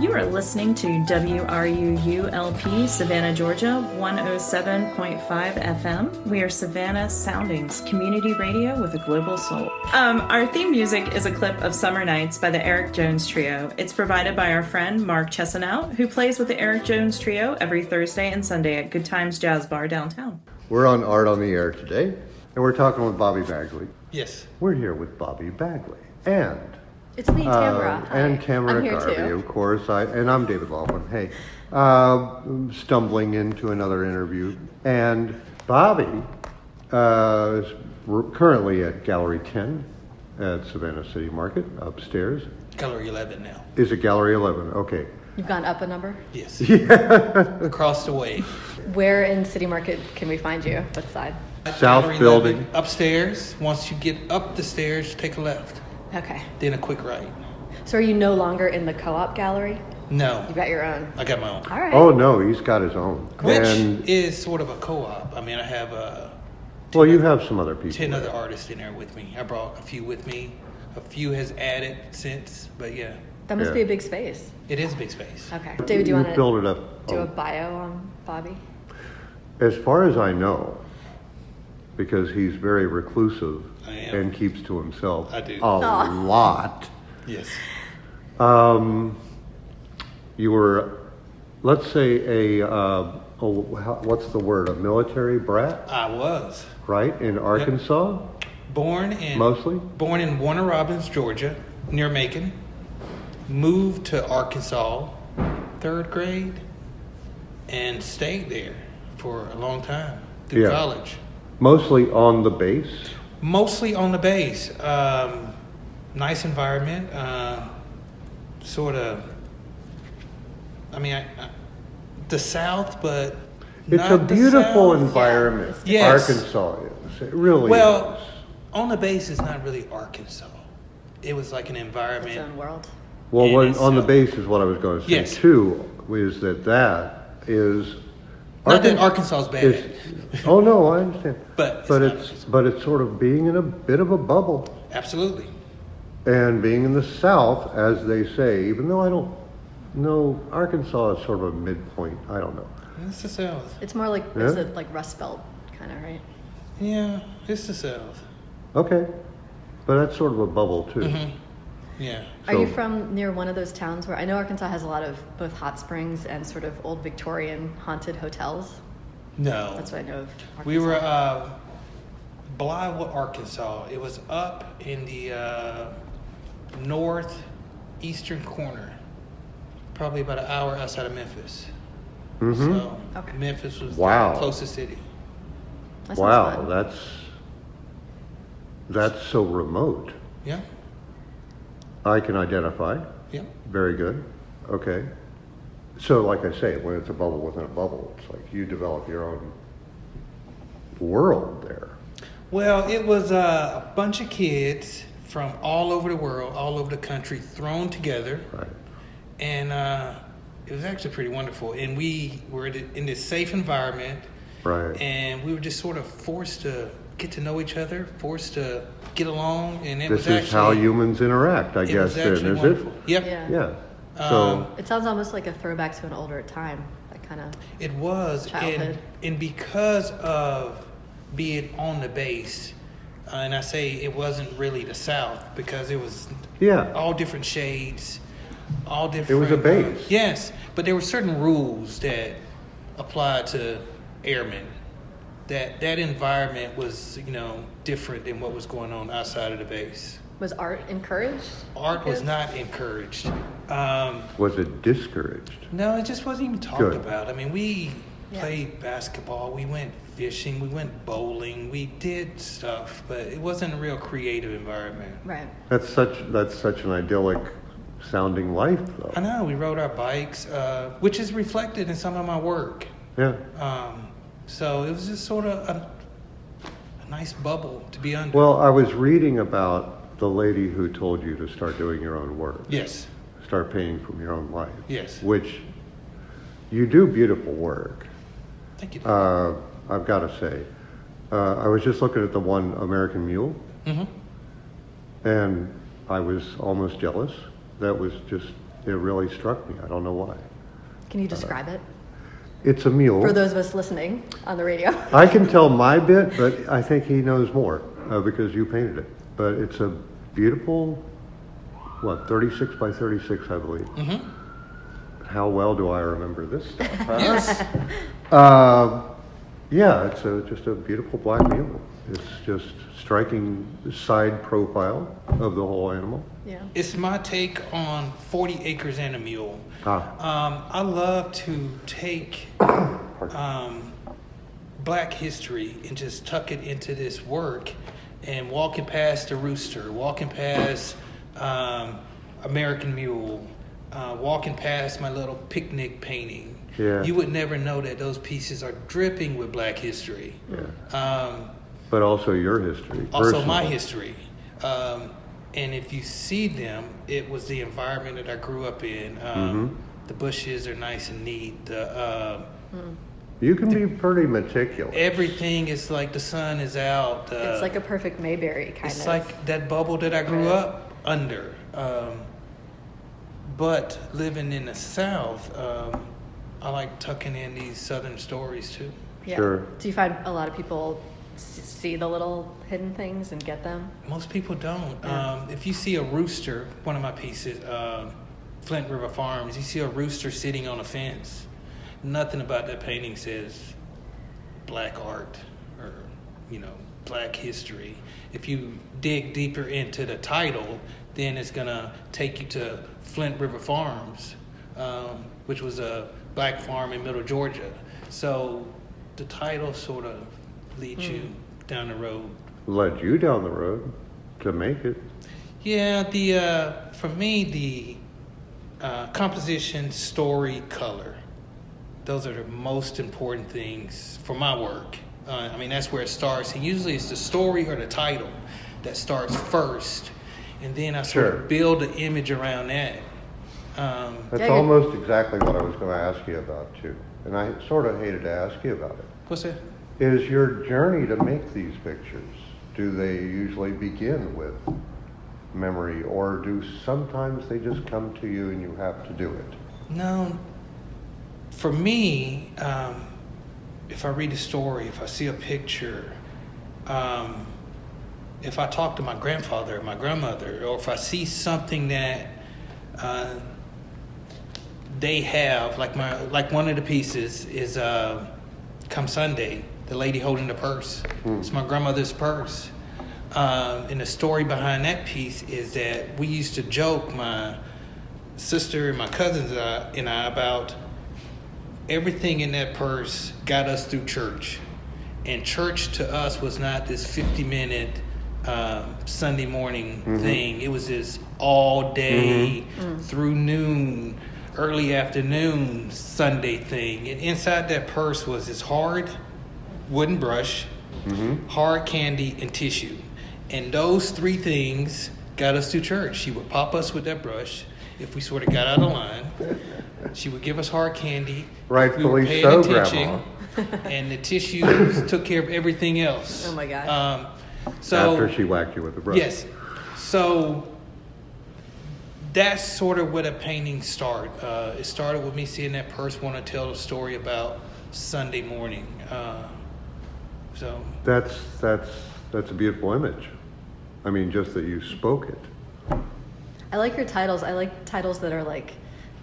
You are listening to WRUULP Savannah, Georgia, 107.5 FM. We are Savannah Soundings Community Radio with a global soul. Um, our theme music is a clip of Summer Nights by the Eric Jones Trio. It's provided by our friend Mark Chesanow, who plays with the Eric Jones Trio every Thursday and Sunday at Good Times Jazz Bar downtown. We're on Art on the Air today, and we're talking with Bobby Bagley. Yes. We're here with Bobby Bagley and It's me, Tamara. Uh, and Hi. Tamara I'm here Garvey, too. of course. I, and I'm David Laughlin. Hey, uh, stumbling into another interview. And Bobby uh, is r- currently at Gallery 10 at Savannah City Market upstairs. Color 11 now. Is it Gallery 11? Okay. You've gone up a number. Yes. Across the way. Where in City Market can we find you? What side? South Gallery building. 11, upstairs. Once you get up the stairs, take a left, Okay. then a quick right. So are you no longer in the co-op gallery? No, You've got your own. I got my own. All right. Oh, no, he's got his own. Which and, is sort of a co op. I mean, I have uh, well, you have some other people. 10 other artists in there with me. I brought a few with me. A few has added since, but yeah, that must yeah. be a big space. it is a big space. Okay. David, do you you want to build it up. do Oh. a bio on Bobby? As far as I know, because he's very reclusive I am. and keeps to himself I do. a Aw. lot. Yes. Um, you were, let's say, a, uh, a what's the word? A military brat, I was right? In Arkansas, born in. mostly. Born in Warner Robins, Georgia, near Macon. Moved to Arkansas, third grade, and stayed there for a long time through Yeah. college. Mostly on the base. Mostly on the base. Um, nice environment. Uh, sort of. I mean, I, I, the South, but It's not a the beautiful South. environment. Yes. Arkansas is. It really Well, is. on the base is not really Arkansas. It was like an environment. Its own world. Well, And when, it's, on the uh, base is what I was going to say Yes. too. Is that that is Not that Arkan- Arkansas is bad. is- oh no, I understand. But it's but not it's but it's sort of being in a bit of a bubble Absolutely. and being in the South, as they say. Even though I don't know, Arkansas is sort of a midpoint. I don't know. It's the South. It's more like Yeah. it's a, like Rust Belt kind of, right? Yeah, it's the South. Okay, but that's sort of a bubble too. Yeah. Are you So- from near one of those towns where I know Arkansas has a lot of both hot springs and sort of old Victorian haunted hotels? No. That's what I know of. Arkansas. We were uh, Blywood, Arkansas. It was up in the uh, northeastern corner, probably about an hour outside of Memphis. Mhm. So Okay. Memphis was Wow. the closest city. That sounds wow, fun. that's that's so remote. Yeah. I can identify. Yeah. Very good. Okay. So, like I say, when it's a bubble within a bubble, it's like you develop your own world there. Well, it was uh, a bunch of kids from all over the world, all over the country, thrown together. Right. and uh, it was actually pretty wonderful. And we were in in this safe environment, Right. and we were just sort of forced to get to know each other, forced to get along, and it this was is actually how humans interact, I it guess. was Then actually is wonderful. it? Yep, Yeah. Yeah. Um, so It sounds almost like a throwback to an older time. That kind of. it was, and Childhood. and because of being on the base, uh, and I say it wasn't really the South because it was yeah, all different shades, all different. was a base. uh, yes, but there were certain rules that applied to airmen. That that environment was, you know, different than what was going on outside of the base. Was art encouraged? Art was not encouraged. Um, was it discouraged? no, it just wasn't even talked Good. about. I mean, we Yeah. played basketball, we went fishing, we went bowling, we did stuff, but it wasn't a real creative environment. Right. That's such that's such an idyllic sounding life, I though. know we rode our bikes, uh, which is reflected in some of my work. Yeah. Um, so it was just sort of a, a nice bubble to be under. Well, I was reading about the lady who told you to start doing your own work. yes, start painting from your own life. Yes. Which you do beautiful work. thank you. Uh, I've got to say, uh, I was just looking at the one American Mule, Mhm. and I was almost jealous. That was just It really struck me. I don't know why. Can you describe it It's a mule. for those of us listening on the radio? I can tell my bit, but I think he knows more uh, because you painted it. But it's a beautiful, what, 36 by 36, I believe. How well do I remember this stuff? huh? Yes. Uh, yeah, it's a, just a beautiful black mule. It's just striking side profile of the whole animal. Yeah. It's my take on 40 acres and a mule. Ah, Um, I love to take um, black history and just tuck it into this work and walking past the rooster, walking past um, American Mule, uh, walking past my little picnic painting. Yeah. You would never know that those pieces are dripping with black history. yeah. Um, But also your history. also my personal. history. Um, and if you see them, it was the environment that I grew up in. Um, The bushes are nice and neat. The, um You can be pretty meticulous. everything is like the sun is out. Uh, It's like a perfect Mayberry kind it's of. like that bubble that I grew up under. Um, but living in the South, um, I like tucking in these Southern stories too. yeah. Sure. Do you find a lot of people s- see the little hidden things and get them? Most people don't. Yeah. Um, if you see a rooster, one of my pieces, um Flint River Farms, you see a rooster sitting on a fence. Nothing about that painting says black art or, you know, black history. If you dig deeper into the title, then it's going to take you to Flint River Farms, um, which was a black farm in middle Georgia. So the title sort of leads you down the road Led you down the road to make it. yeah, the uh, for me the uh, composition, story, color. Those are the most important things for my work. Uh, I mean, that's where it starts, and usually it's the story or the title that starts first, and then I sort Sure. of build an image around that. Um, That's Yeah, you're- almost exactly what I was going to ask you about too, and I sort of hated to ask you about it. what's that? Is your journey to make these pictures? Do they usually begin with memory, or do sometimes they just come to you and you have to do it? No. For me, um, if I read a story, if I see a picture, um, if I talk to my grandfather or my grandmother, or if I see something that uh, they have, like my like one of the pieces is uh, come Sunday, the lady holding the purse. It's my grandmother's purse. Um, and the story behind that piece is that we used to joke my sister and my cousins and I, and I about everything in that purse got us through church. And church to us was not this 50 minute um, Sunday morning thing, it was this all day through noon, early afternoon Sunday thing. And inside that purse was this hard wooden brush, hard candy, and tissue. And those three things got us through church. She would pop us with that brush if we sort of got out of line. She would give us hard candy. if we were Rightfully paying so, attention, And the tissues took care of everything else. Oh my gosh. Um, so After she whacked you with the brush. Yes. So that's sort of where the painting started. Uh, it started with me seeing that person want to tell a story about Sunday morning. Uh, so That's that's that's a beautiful image. I mean, just that you spoke it. I like your titles. I like titles that are like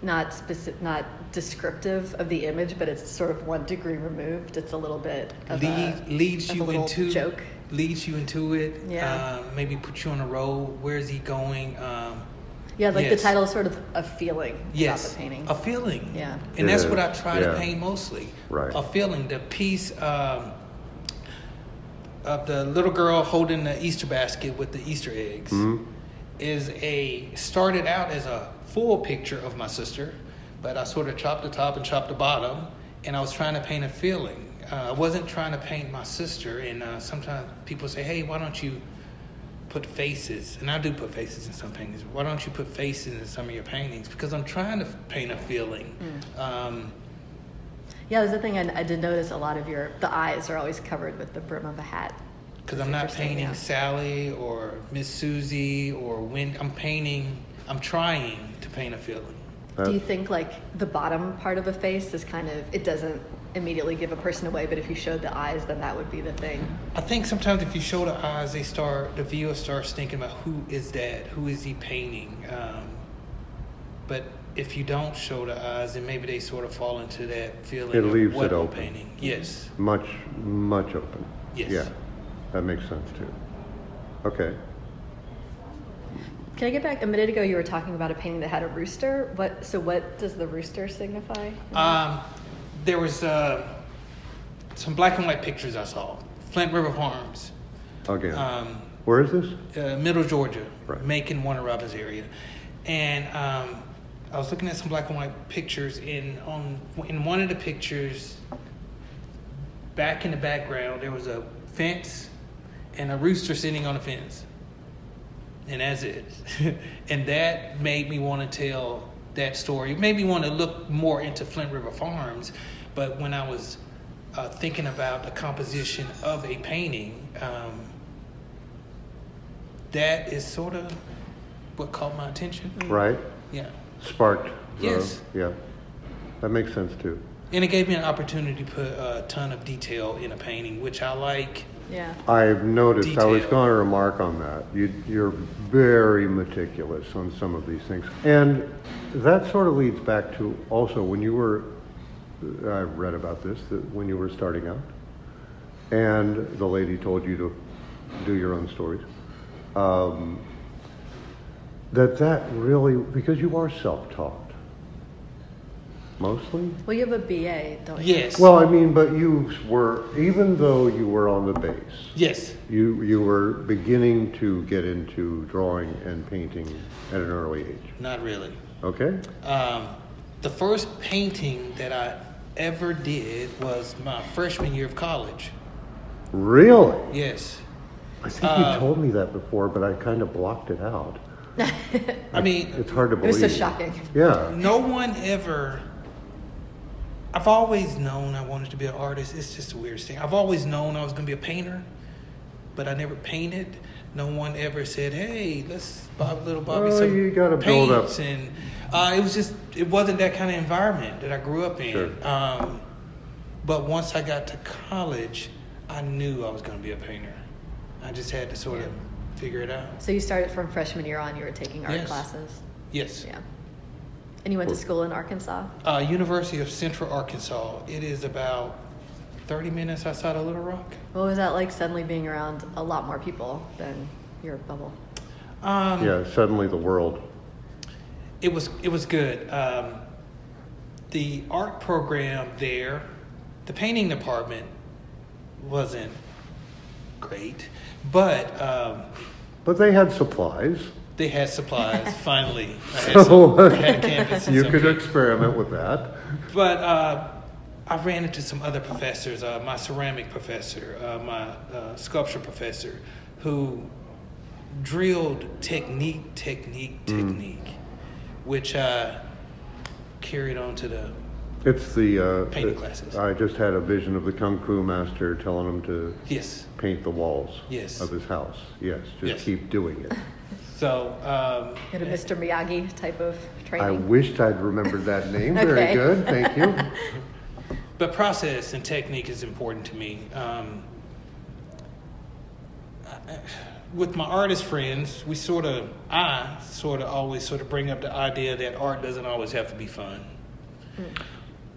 not specific, not descriptive of the image, but it's sort of one degree removed. It's a little bit of lead, a, leads of a you little into joke. leads you into it. Yeah. Uh, maybe put you on a road. Where is he going? Um, Yeah, like Yes. the title is sort of a feeling yes, about the painting. a feeling. Yeah. and that's what I Yes, try to yeah. paint mostly. Right. a feeling. The piece um, of the little girl holding the Easter basket with the Easter eggs Mm-hmm. Hmm? is a started out as a full picture of my sister, but I sort of chopped the top and chopped the bottom, and I was trying to paint a feeling. Uh, I wasn't trying to paint my sister, and uh, sometimes people say, "Hey, why don't you?" put faces, and I do put faces in some paintings. Why don't you put faces in some of your paintings? Because I'm trying to paint a feeling. Hmm. Um, yeah, there's a thing I, I did notice. A lot of your the eyes are always covered with the brim of a hat. because That's I'm not interesting, painting yeah. Sally or Miss Susie or Win. I'm painting. I'm trying to paint a feeling. That- Do you think like the bottom part of a face is kind of it doesn't immediately give a person away, but if you showed the eyes, then that would be the thing. I think sometimes if you show the eyes, they start the viewer starts thinking about who is that, who is he painting. Um, but if you don't show the eyes, then maybe they sort of fall into that feeling. It of leaves what it I'm open. Painting. Yes. Much, much open. Yes. Yeah, that makes sense too. Okay. Can I get back a minute ago? You were talking about a painting that had a rooster. What? So what does the rooster signify? Um, there was uh, some black and white pictures I saw. Flint River Farms, Again. um, Where is this? uh, Middle Georgia, Right. Macon, Warner Robins area, and um, I was looking at some black and white pictures. In on in one of the pictures, back in the background, there was a fence and a rooster sitting on a fence, and that's it. and that made me want to tell that story. It made me want to look more into Flint River Farms. But when I was uh, thinking about the composition of a painting, um, that is sort of what caught my attention. Right? Yeah. Sparked. the- Yes. Yeah. That makes sense too. And it gave me an opportunity to put a ton of detail in a painting, which I like. Yeah. I've noticed. I was Detail. going to remark on that. You, you're very meticulous on some of these things, and that sort of leads back to also when you were. I read about this that when you were starting out, and the lady told you to do your own stories. Um, that that really because you are self-taught mostly. Well, you have a BA, don't you? Yes. Well, I mean, but you were even though you were on the base. yes. You you were beginning to get into drawing and painting at an early age. Not really. Okay? Um, the first painting that I ever did was my freshman year of college. Really? Yes. I think Uh, you told me that before, but I kind of blocked it out. I mean, It's hard to It was believe. so shocking. Yeah. no one ever. I've always known I wanted to be an artist. It's just the weirdest thing. I've always known I was going to be a painter, but I never painted. No one ever said, "Hey, let's Bob little Bobby Well, some you gotta build up. paints." And uh, it was just it wasn't that kind of environment that I grew up in. Sure. Um, but once I got to college, I knew I was going to be a painter. I just had to sort of figure it out. So you started from freshman year on. You were taking art Yes. classes. Yes. Yeah. And you went to school in Arkansas. uh, University of Central Arkansas. It is about 30 minutes outside of Little Rock. What was that like? Suddenly being around a lot more people than your bubble. Um, Yeah, suddenly the world. It was it was good. Um, the art program there, the painting department wasn't great, but um, But they had supplies. they had supplies. finally, I had, So- some, I had a canvas. and You some could paper. experiment with that. But uh, I ran into some other professors, uh, my ceramic professor, uh, my uh, sculpture professor, who drilled technique, technique, technique, which I carried on to the. It's the uh, Painting classes. I just had a vision of the kung fu master telling him to Yes. paint the walls Yes. of his house. Yes, just Yes. keep doing it. So, um, You had a Mr. Miyagi type of I training. wished I'd remembered that name. Very Okay. good. Thank you. but process and technique is important to me. Um, I- I- with my artist friends, we sort of, I sort of always sort of bring up the idea that art doesn't always have to be fun.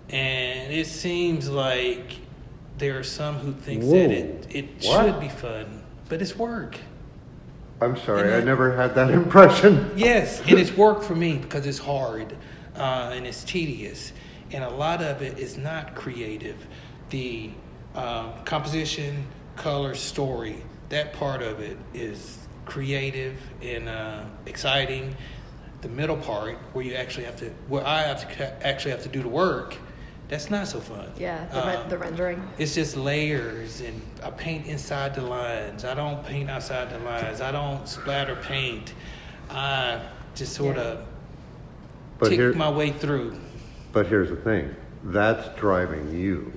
And it seems like there are some who think that it, Whoa. it What? should be fun, but it's work. I'm sorry, I never had that impression. Yes, and it's work for me because it's hard uh, and it's tedious, and a lot of it is not creative. The um, composition, color, story, that part of it is creative and uh, exciting. The middle part, where you actually have to, where I have to ca- actually have to do the work, that's not so fun. yeah, the, re- Um, the rendering. it's just layers, and I paint inside the lines. I don't paint outside the lines. I don't splatter paint. I just sort of But tick here, my way through. but here's the thing. That's driving you.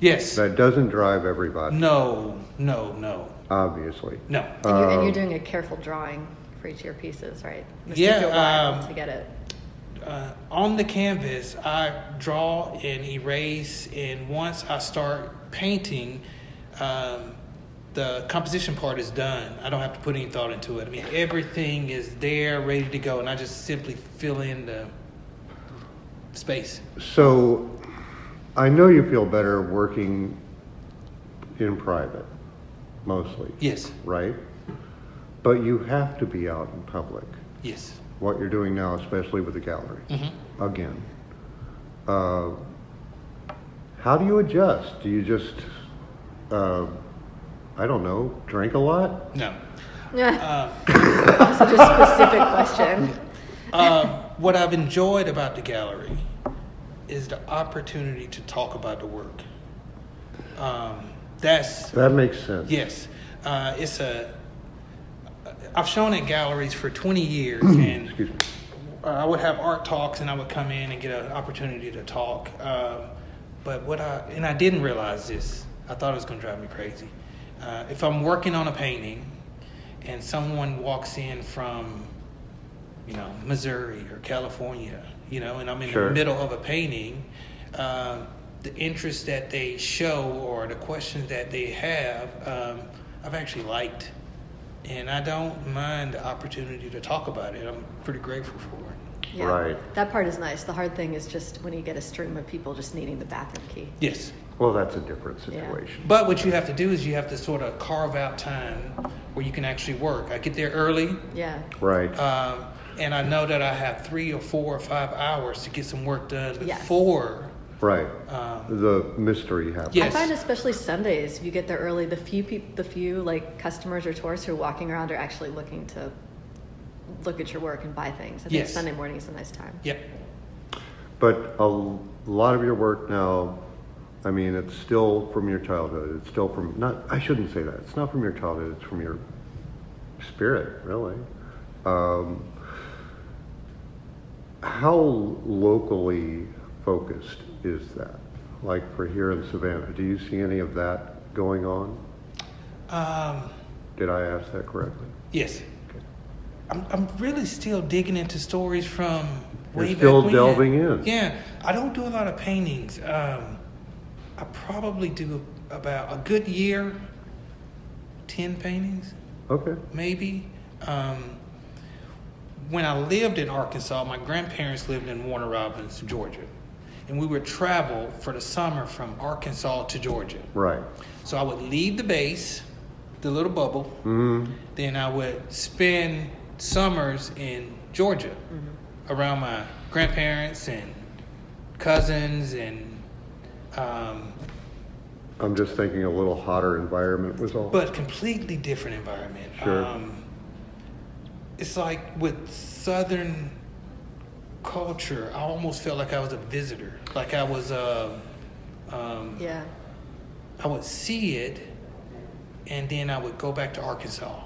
Yes. That doesn't drive everybody, no. No. No. obviously. No. And, you're, and you're doing a careful drawing for each of your pieces, right? Mr. Yeah, Joe Wild um, to get it. uh, on the canvas, I draw and erase, and once I start painting, um, the composition part is done. I don't have to put any thought into it. I mean, everything is there, ready to go, and I just simply fill in the space. So I know you feel better working in private, mostly, Yes, right? But you have to be out in public. yes. What you're doing now, especially with the gallery, Mhm. again. Uh, how do you adjust? Do you just, uh, I don't know, drink a lot? No. Yeah, Um, such a specific question. um, what I've enjoyed about the gallery is the opportunity to talk about the work. Um, that's That makes sense. yes. Uh, it's a. I've shown at galleries for 20 years, and Excuse me. uh, I would have art talks, and I would come in and get an opportunity to talk. Um, but what I and I didn't realize this. I thought it was going to drive me crazy. Uh, if I'm working on a painting, and someone walks in from, you know, Missouri or California, you know, and I'm in Sure. the middle of a painting, um, the interest that they show or the questions that they have, um, I've actually liked. And I don't mind the opportunity to talk about it. I'm pretty grateful for it. Yeah. Right. That part is nice. The hard thing is just when you get a stream of people just needing the bathroom key. Yes. Well, that's a different Yeah. situation. But what you have to do is you have to sort of carve out time where you can actually work. I get there early, Yeah. Right. um, and I know that I have three or four or five hours to get some work done Yes. before. Right. Um, The mystery happens. Yeah. Yes. I find especially Sundays, if you get there early, the few peop the few like customers or tourists who are walking around are actually looking to look at your work and buy things. I think Yes. Sunday morning is a nice time. yep. But a l- lot of your work now, I mean, it's still from your childhood. It's still from, not, I shouldn't say that. It's not from your childhood, it's from your spirit, really. Um, how locally focused is that? Like for here in Savannah, do you see any of that going on? Um, Did I ask that correctly? yes. I'm, I'm really still digging into stories from You're way back still when. delving in. Yeah, I don't do a lot of paintings. Um, I probably do about a good year, ten paintings. Okay. maybe. Um, when I lived in Arkansas, my grandparents lived in Warner Robins, Georgia. And we would travel for the summer from Arkansas to Georgia. Right. So I would leave the base, the little bubble, Mm-hmm. then I would spend summers in Georgia around my grandparents and cousins and um, I'm just thinking a little hotter environment was all. but completely different environment. Sure. Um, it's like with Southern culture, I almost felt like I was a visitor. Like I was, uh, um, Yeah. I would see it, and then I would go back to Arkansas,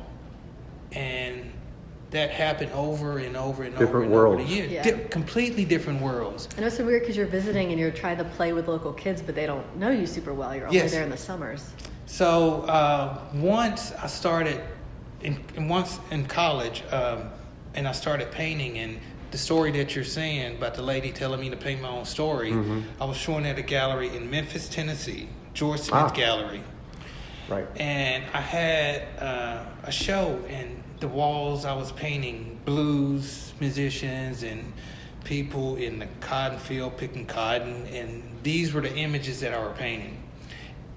and that happened over and over and over Different and over worlds. the years. Yeah. Di- completely different worlds. I know it's so weird because you're visiting and you're trying to play with local kids, but they don't know you super well. You're only Yes. there in the summers. So uh, once I started, in, in once in college, um, and I started painting, and the story that you're saying about the lady telling me to paint my own story, Mm-hmm. I was showing at a gallery in Memphis, Tennessee, George Smith Ah. Gallery, right. and I had uh, a show, and the walls I was painting blues musicians and people in the cotton field picking cotton, and these were the images that I were painting.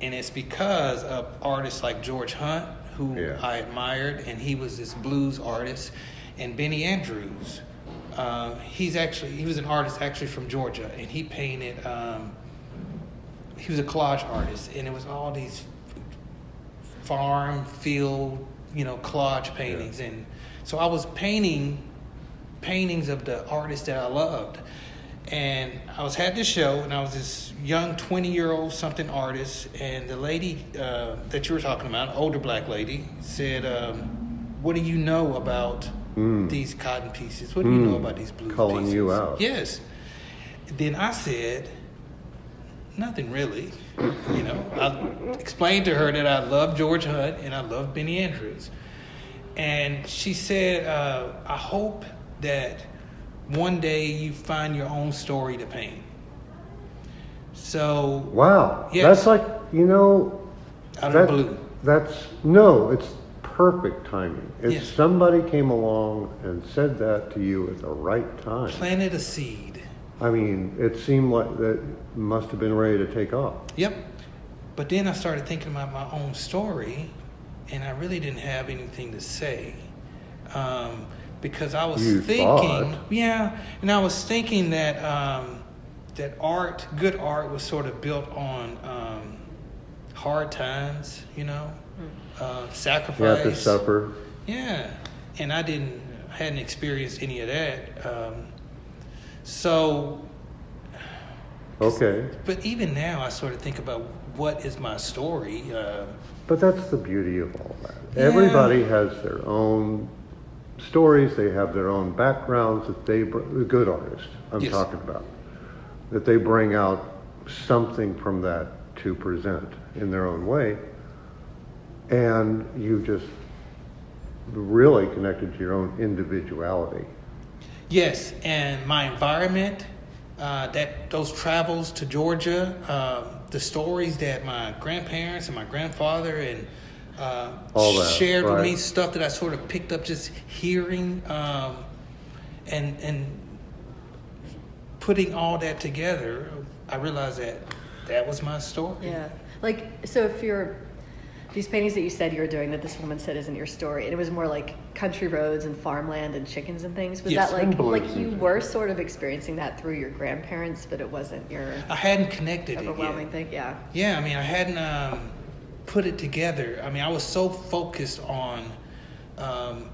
And it's because of artists like George Hunt, who Yeah. I admired, and he was this blues artist, and Benny Andrews. Uh, he's actually he was an artist actually from Georgia, and he painted. Um, he was a collage artist, and it was all these farm field you know collage paintings and so i was painting paintings of the artists that i loved and i was had this show and i was this young 20 year old something artist and the lady uh, that you were talking about older black lady said um, what do you know about Mm. these cotton pieces what do you Mm. know about these blue Calling pieces? you out. yes then i said Nothing really. You know, I explained to her that I love George Hunt and I love Benny Andrews. And she said, uh, I hope that one day you find your own story to paint. So Wow. Yes. That's like, you know, out that- of the blue, That's no, it's perfect timing. If Yes. somebody came along and said that to you at the right time, planted a seed. I mean, it seemed like that must have been ready to take off. Yep. But then I started thinking about my own story, and I really didn't have anything to say. Um, because I was You thinking, thought. yeah, and I was thinking that um, that art, good art, was sort of built on um, hard times, you know, uh, You have to sacrifice. suffer. Yeah, and I didn't hadn't experienced any of that. Um, so, Okay. but even now, I sort of think about what is my story. Uh, But that's the beauty of all that. Yeah. Everybody has their own stories, they have their own backgrounds that they, br- the good artists I'm Yes. talking about, that they bring out something from that to present in their own way. And you just really connected to your own individuality. yes, and my environment, uh, that those travels to Georgia, um, the stories that my grandparents and my grandfather and uh, All that, shared with me, right. stuff that I sort of picked up just hearing, um, and and putting all that together, I realized that that was my story. Yeah. Like, so if you're, these paintings that you said you were doing that this woman said isn't your story, and it was more like country roads and farmland and chickens and things, was Yes. that like, And blues like and you things. were sort of experiencing that through your grandparents, but it wasn't your I hadn't connected it yet. overwhelming thing? Yeah. Yeah, I mean, I hadn't um, put it together. I mean, I was so focused on um,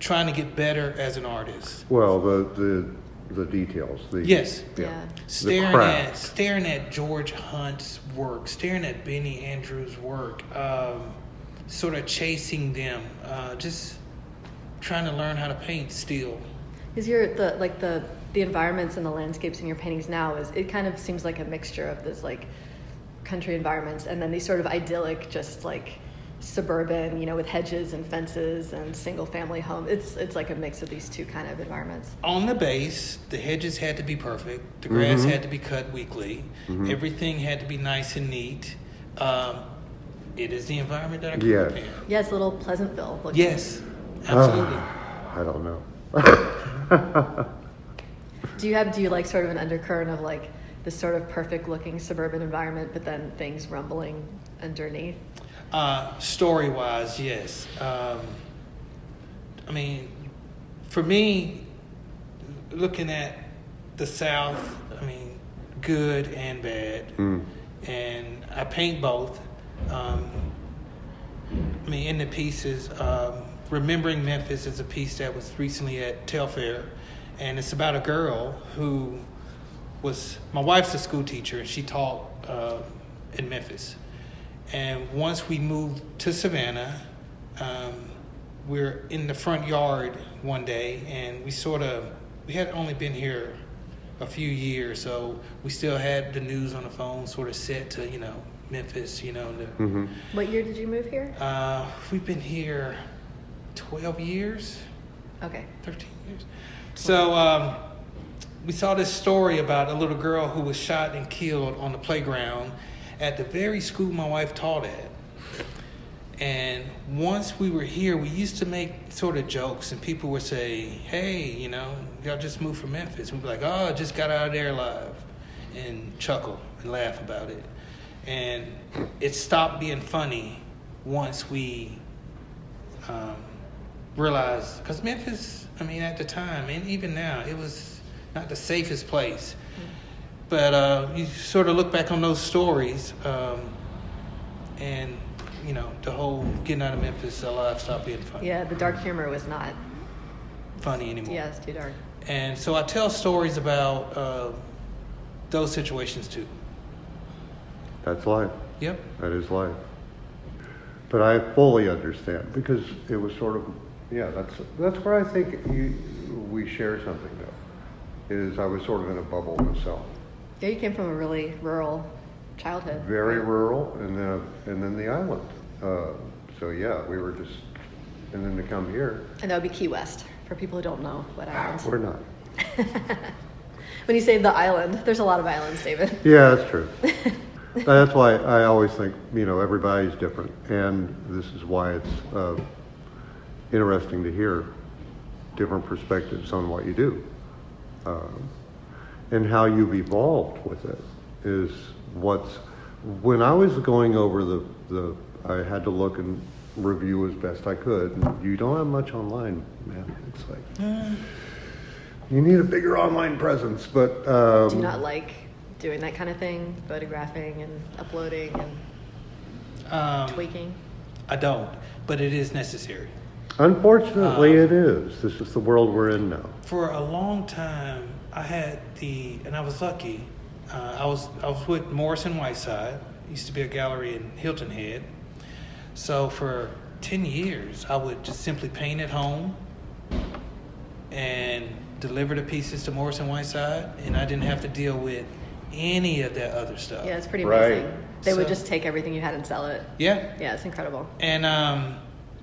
trying to get better as an artist, Well, the, the, the details. The, Yes. Yeah. staring craft. at staring at George Hunt's work, staring at Benny Andrews' work, um, sort of chasing them, uh, just trying to learn how to paint still. Is your the like the the environments and the landscapes in your paintings now is it kind of seems like a mixture of this like country environments and then these sort of idyllic just like suburban you know with hedges and fences and single family home it's it's like a mix of these two kind of environments on the base, the hedges had to be perfect. The grass had to be cut weekly. Everything had to be nice and neat. Um, it is the environment that I grew up Yes. in. yeah it's a little pleasantville looking. Yes, absolutely. I don't know. do you have do you like sort of an undercurrent of like this sort of perfect looking suburban environment but then things rumbling underneath Uh, story wise, yes. Um, I mean, for me, looking at the South, I mean, good and bad, and I paint both. Um, I mean, in the pieces, um, Remembering Memphis is a piece that was recently at Telfair, and it's about a girl who was my wife's a school teacher, and she taught uh, in Memphis. And once we moved to Savannah, um, we were in the front yard one day, and we sort of we had only been here a few years, so we still had the news on the phone, sort of set to you know Memphis, you know. The, what year did you move here uh, we've been here 12 years, okay 13 years. So um, we saw this story about a little girl who was shot and killed on the playground at the very school my wife taught at. And once we were here, we used to make sort of jokes, and people would say, "Hey, you know, y'all just moved from Memphis." We'd be like, "Oh, just got out of there alive," and chuckle and laugh about it. And it stopped being funny once we um, realized, because Memphis, I mean, at the time and even now, it was not the safest place. Mm. But uh, you sort of look back on those stories, um, and you know the whole getting out of Memphis alive stopped being fun, yeah the dark humor was not funny anymore. yeah it's too dark And so I tell stories about uh, those situations too. That's life. Yep. That is life. But I fully understand because it was sort of, yeah, that's, that's where I think you, we share something though, is I was sort of in a bubble myself. Yeah, you came from a really rural childhood. Very rural and then, and then the island. Uh, so yeah, we were just, and then to come here, And that would be Key West for people who don't know what island. We're not. When you say the island, there's a lot of islands, David. Yeah, that's true. that's why I always think, you know, everybody's different. And this is why it's uh, interesting to hear different perspectives on what you do. Um, and how you've evolved with it is what's. When I was going over the, the I had to look and review as best I could. And you don't have much online, man. It's like. Mm. You need a bigger online presence, but um, Do not like doing that kind of thing, photographing and uploading and Um, tweaking. I don't, but it is necessary. Uh, Unfortunately, it is. This is the world we're in now. For a long time, I had the, and I was lucky. Uh, I was I was with Morrison Whiteside. Used to be a gallery in Hilton Head. So for ten years, I would just simply paint at home and deliver the pieces to Morrison Whiteside, and I didn't have to deal with any of that other stuff. Yeah, it's pretty Right. amazing. They would So- just take everything you had and sell it. Yeah. Yeah, it's incredible. And um,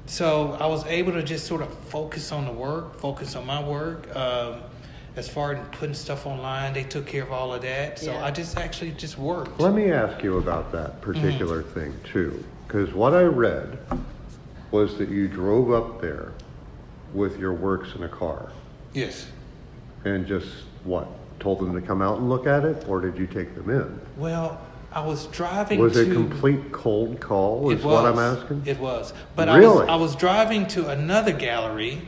so I was able to just sort of focus on the work, focus on my work. Um, as far as putting stuff online, they took care of all of that. So Yeah. I just actually just worked. Let me ask you about that Mm-hmm. particular thing, too. Because what I read was that you drove up there with your works in a car Yes. and just what? Told them to come out and look at it, or did you take them in? Well, I was driving. Was to, it complete cold call? It Is what I'm was. asking. It was. But I was Really? I was driving to another gallery,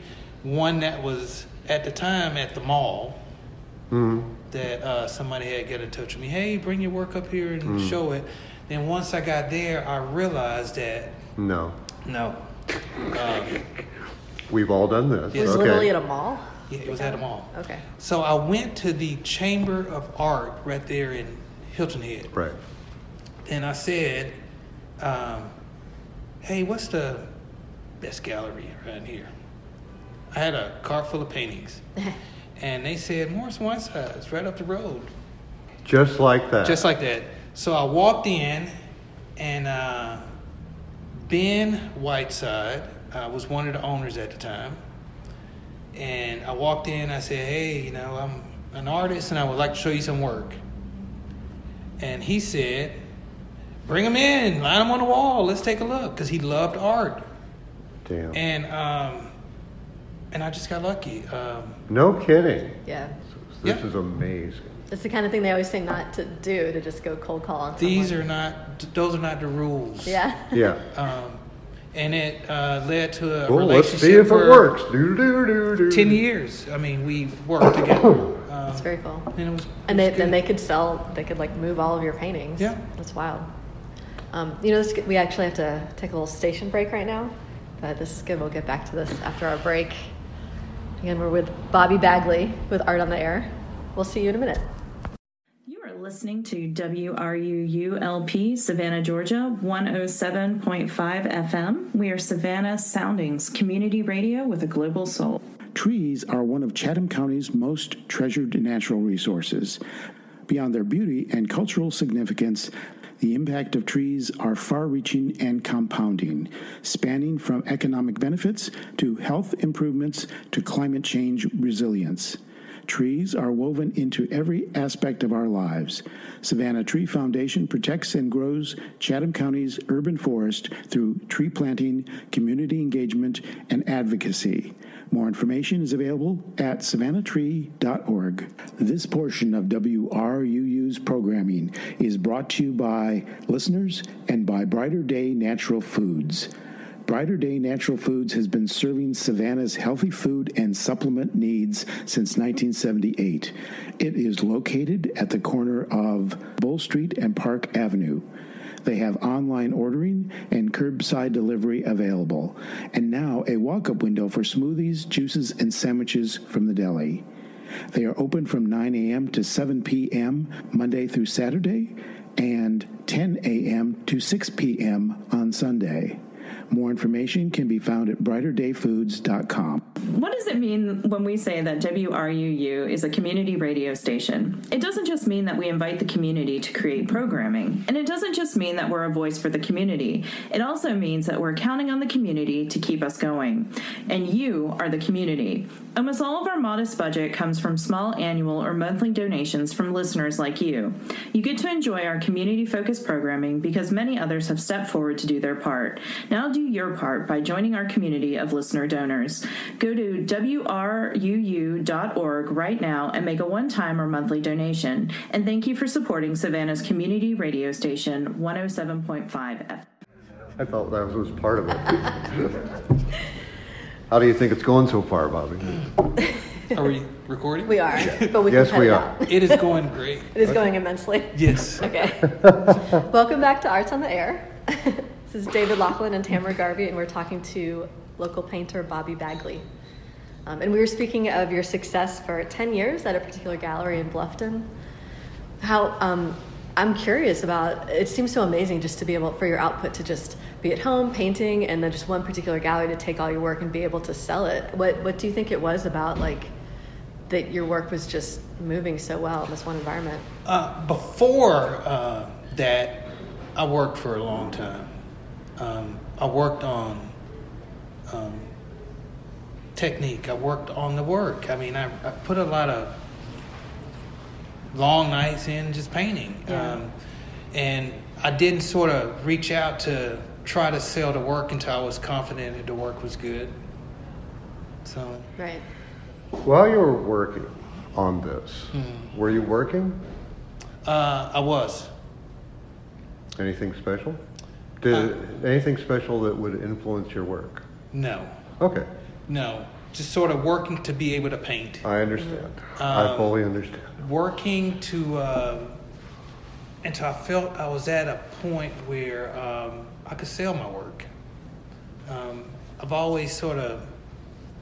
one that was at the time at the mall. Mm-hmm. That uh, somebody had got in touch with me. Hey, bring your work up here and Hmm. show it. Then once I got there, I realized that no, No. Um, we've all done this. It was okay. literally at a mall. yeah, it was at a mall. Okay. So I went to the Chamber of Art right there in Hilton Head, right. and I said, um, "Hey, what's the best gallery around here?" I had a car full of paintings, and they said Morris Whiteside is right up the road. Just like that. just like that. So I walked in, and uh, Ben Whiteside uh, was one of the owners at the time. And I walked in. I said, "Hey, you know, I'm an artist, and I would like to show you some work." And he said, "Bring them in, line them on the wall. Let's take a look," because he loved art. Damn. And um, and I just got lucky. Um, no kidding. Yeah. This Yeah. is amazing. It's the kind of thing they always say not to do, to just go cold call on these are someone. not; those are not the rules. Yeah. Yeah. um, and it uh, led to a Well, let's relationship see if it for works. Do do do do. Ten years. I mean, we worked together. Um, It's very cool. and it was. And they, it was then good. they could sell, they could like move all of your paintings. Yeah. That's wild. Um, you know, this, we actually have to take a little station break right now, but this is good. We'll get back to this after our break. Again, we're with Bobby Bagley with Art on the Air. We'll see you in a minute. You are listening to WRUULP Savannah, Georgia, 107.5 FM. We are Savannah Soundings, community radio with a global soul. Trees are one of Chatham County's most treasured natural resources. Beyond their beauty and cultural significance, the impact of trees are far reaching and compounding, spanning from economic benefits to health improvements to climate change resilience. Trees are woven into every aspect of our lives. Savannah Tree Foundation protects and grows Chatham County's urban forest through tree planting, community engagement, and advocacy. More information is available at savannahtree.org. This portion of WRUU's programming is brought to you by listeners and by Brighter Day Natural Foods. Brighter Day Natural Foods has been serving Savannah's healthy food and supplement needs since 1978. It is located at the corner of Bull Street and Park Avenue. They have online ordering and curbside delivery available, and now a walk up window for smoothies, juices, and sandwiches from the deli. They are open from 9 a.m. to 7 p.m. Monday through Saturday and 10 a.m. to 6 p.m. on Sunday. More information can be found at brighterdayfoods.com. What does it mean when we say that WRUU is a community radio station? It doesn't just mean that we invite the community to create programming, and it doesn't just mean that we're a voice for the community. It also means that we're counting on the community to keep us going. And you are the community. Almost all of our modest budget comes from small annual or monthly donations from listeners like you. You get to enjoy our community focused programming because many others have stepped forward to do their part. Now do your part by joining our community of listener donors. Go to WRUU.org right now and make a one time or monthly donation. And thank you for supporting Savannah's community radio station 107.5 FM. I thought that was part of it. How do you think it's going so far, Bobby? Are we recording? We are, but we Yes, can cut we it are. out. It is going great. It is going immensely. Yes. Okay. Welcome back to Arts on the Air. this is David Laughlin and Tamara Garvey, and we're talking to local painter Bobby Bagley. Um, and we were speaking of your success for 10 years at a particular gallery in Bluffton. How um, I'm curious about it seems so amazing just to be able for your output to just be at home painting and then just one particular gallery to take all your work and be able to sell it. What, what do you think it was about like that your work was just moving so well in this one environment? Uh, before uh, that, I worked for a long time. Um, I worked on um, technique. I worked on the work. I mean, I, I put a lot of long nights in just painting. Yeah. Um, and I didn't sort of reach out to try to sell the work until I was confident that the work was good. So, Right. While you were working on this, Hmm. were you working? uh, I was. Anything special? Did Uh, anything special that would influence your work? No. Okay, No. Just sort of working to be able to paint. I understand. I Um, fully understand. working to um, until I felt I was at a point where um, I could sell my work. Um, I've always sort of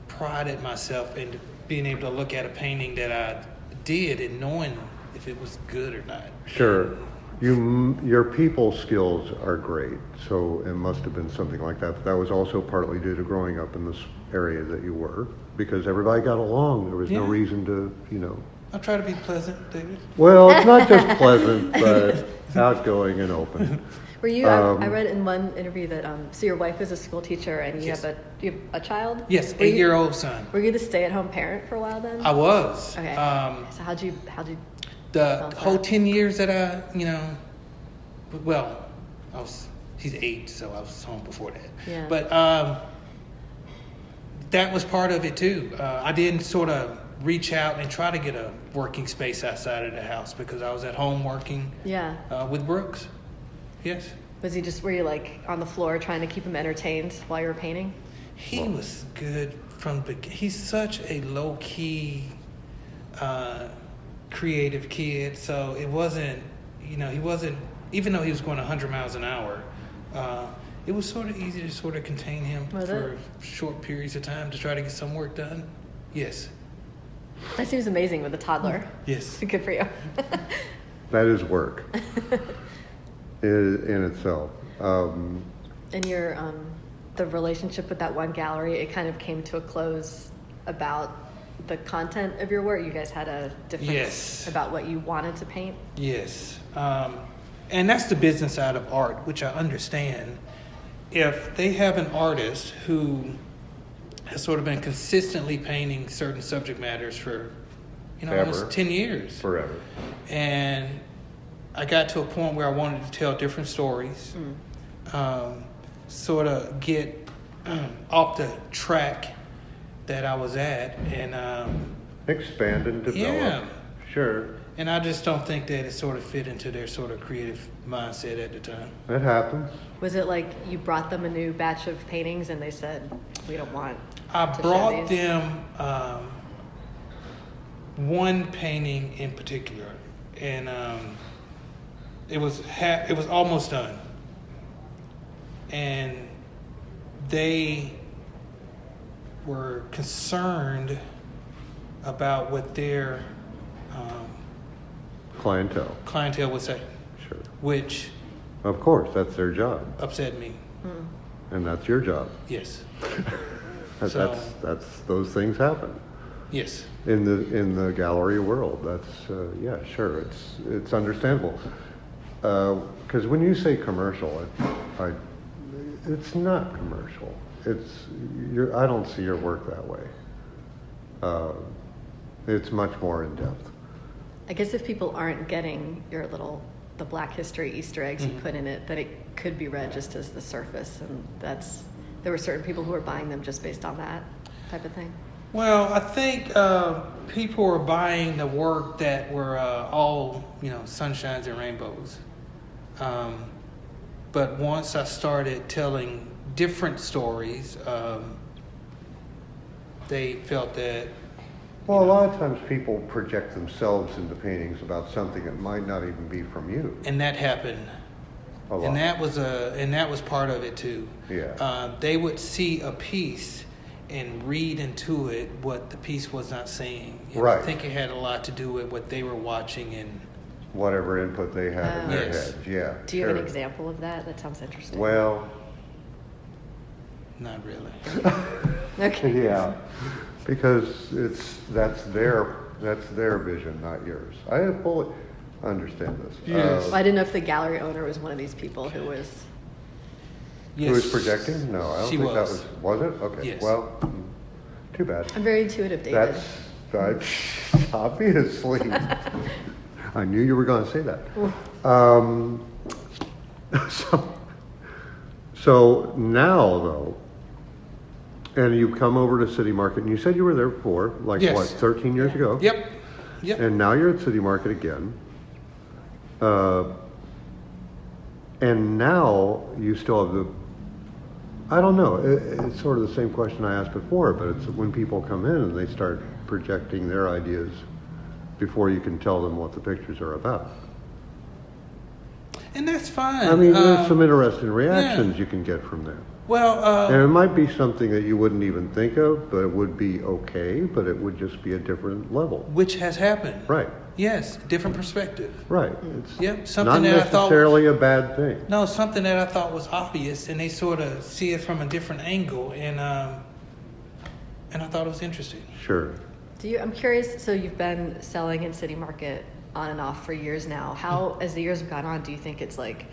prided myself in being able to look at a painting that I did and knowing if it was good or not. Sure. You, m- your people skills are great, so it must have been something like that. That was also partly due to growing up in this area that you were, because everybody got along. There was no Yeah. reason to, you know. I try to be pleasant, David. Well, it's not just pleasant, but outgoing and open. Were you? um, I, I Um, read in one interview that um, so your wife is a school teacher and you Yes. have a you have a child. Yes, Were you- eight-year-old son. Were you the stay-at-home parent for a while then? I was. okay. Um, so how'd you how'd you? the Sounds whole bad. 10 years that I, you know, well, I was, he's eight, so I was home before that. Yeah. But um, that was part of it too. Uh, I didn't sort of reach out and try to get a working space outside of the house because I was at home working Yeah. uh, with Brooks. Yes. Was he just were you like on the floor trying to keep him entertained while you were painting? He was good from the beg- He's such a low key, uh, creative kid. So it wasn't, you know, he wasn't, even though he was going 100 miles an hour, uh, it was sort of easy to sort of contain him Was for short periods of time to try to get some work done. Yes. That seems amazing with a toddler. Yes. Good for you. That is work i- in itself. Um, and your um, the relationship with that one gallery, it kind of came to a close about the content of your work. You guys had a difference Yes. about what you wanted to paint. Yes. Um, and that's the business side of art, which I understand. If they have an artist who has sort of been consistently painting certain subject matters for, you know, Ever. almost 10 years. forever. And I got to a point where I wanted to tell different stories, um, sort of get off the track that I was at. And, um, Expand and develop. Yeah. Sure. and I just don't think that it sort of fit into their sort of creative mindset at the time. That happens. Was it like you brought them a new batch of paintings and they said, we don't want? I to show brought these?" them um, one painting in particular, and um, it was ha- it was almost done, and they were concerned about what their um, Clientele. clientele would say, Sure. which Of course, that's their job. upset me. and that's your job. Yes. That- So- That's, that's, those things happen Yes. in the, in the gallery world. That's, uh, yeah, sure, it's, it's understandable. Because when you say commercial, it, I, it's not commercial. It's, you're, I don't see your work that way. Uh, It's much more in-depth. I guess if people aren't getting your little the Black History Easter eggs Mm-hmm. you put in it, that it could be read just as the surface, and that's there were certain people who were buying them just based on that type of thing. Well, I think uh, people were buying the work that were uh, all you know sunshines and rainbows. Um, but once I started telling different stories, um, they felt that Well, a lot of times people project themselves into paintings about something that might not even be from you. and that happened. A lot. And that was a, and that was part of it too. Yeah. Uh, they would see a piece and read into it what the piece was not saying. And I Right. think it had a lot to do with what they were watching and Whatever input they had in Uh, their Yes. heads, yeah. Do you have an sure. example of that? That sounds interesting. Well, not really. okay. yeah, because it's, that's their, that's their vision, not yours. I fully understand this. Uh, Yes. Well, I didn't know if the gallery owner was one of these people who was. Who was projecting? No, I don't She think that was. was, was it? Okay, Yes. well, mm, too bad. I'm very intuitive, David. That's, I- obviously. I knew you were going to say that. Um, so, so now though, and you've come over to City Market, and you said you were there before, like Yes. what, 13 years ago? Yep. Yep. And now you're at City Market again. Uh, and now you still have the, I don't know, it, it's sort of the same question I asked before, but it's when people come in and they start projecting their ideas before you can tell them what the pictures are about. and that's fine. I mean, Um, there's some interesting reactions you can get from there. well, uh, And it might be something that you wouldn't even think of, but it would be okay, but it would just be a different level. which has happened. Right, Yes, different perspective. right. It's Yep, not something that I thought necessarily a bad thing. no, something that I thought was obvious, and they sort of see it from a different angle, and um, and I thought it was interesting. Sure. Do you? I'm curious. So you've been selling in City Market on and off for years now. How, as the years have gone on, do you think it's like?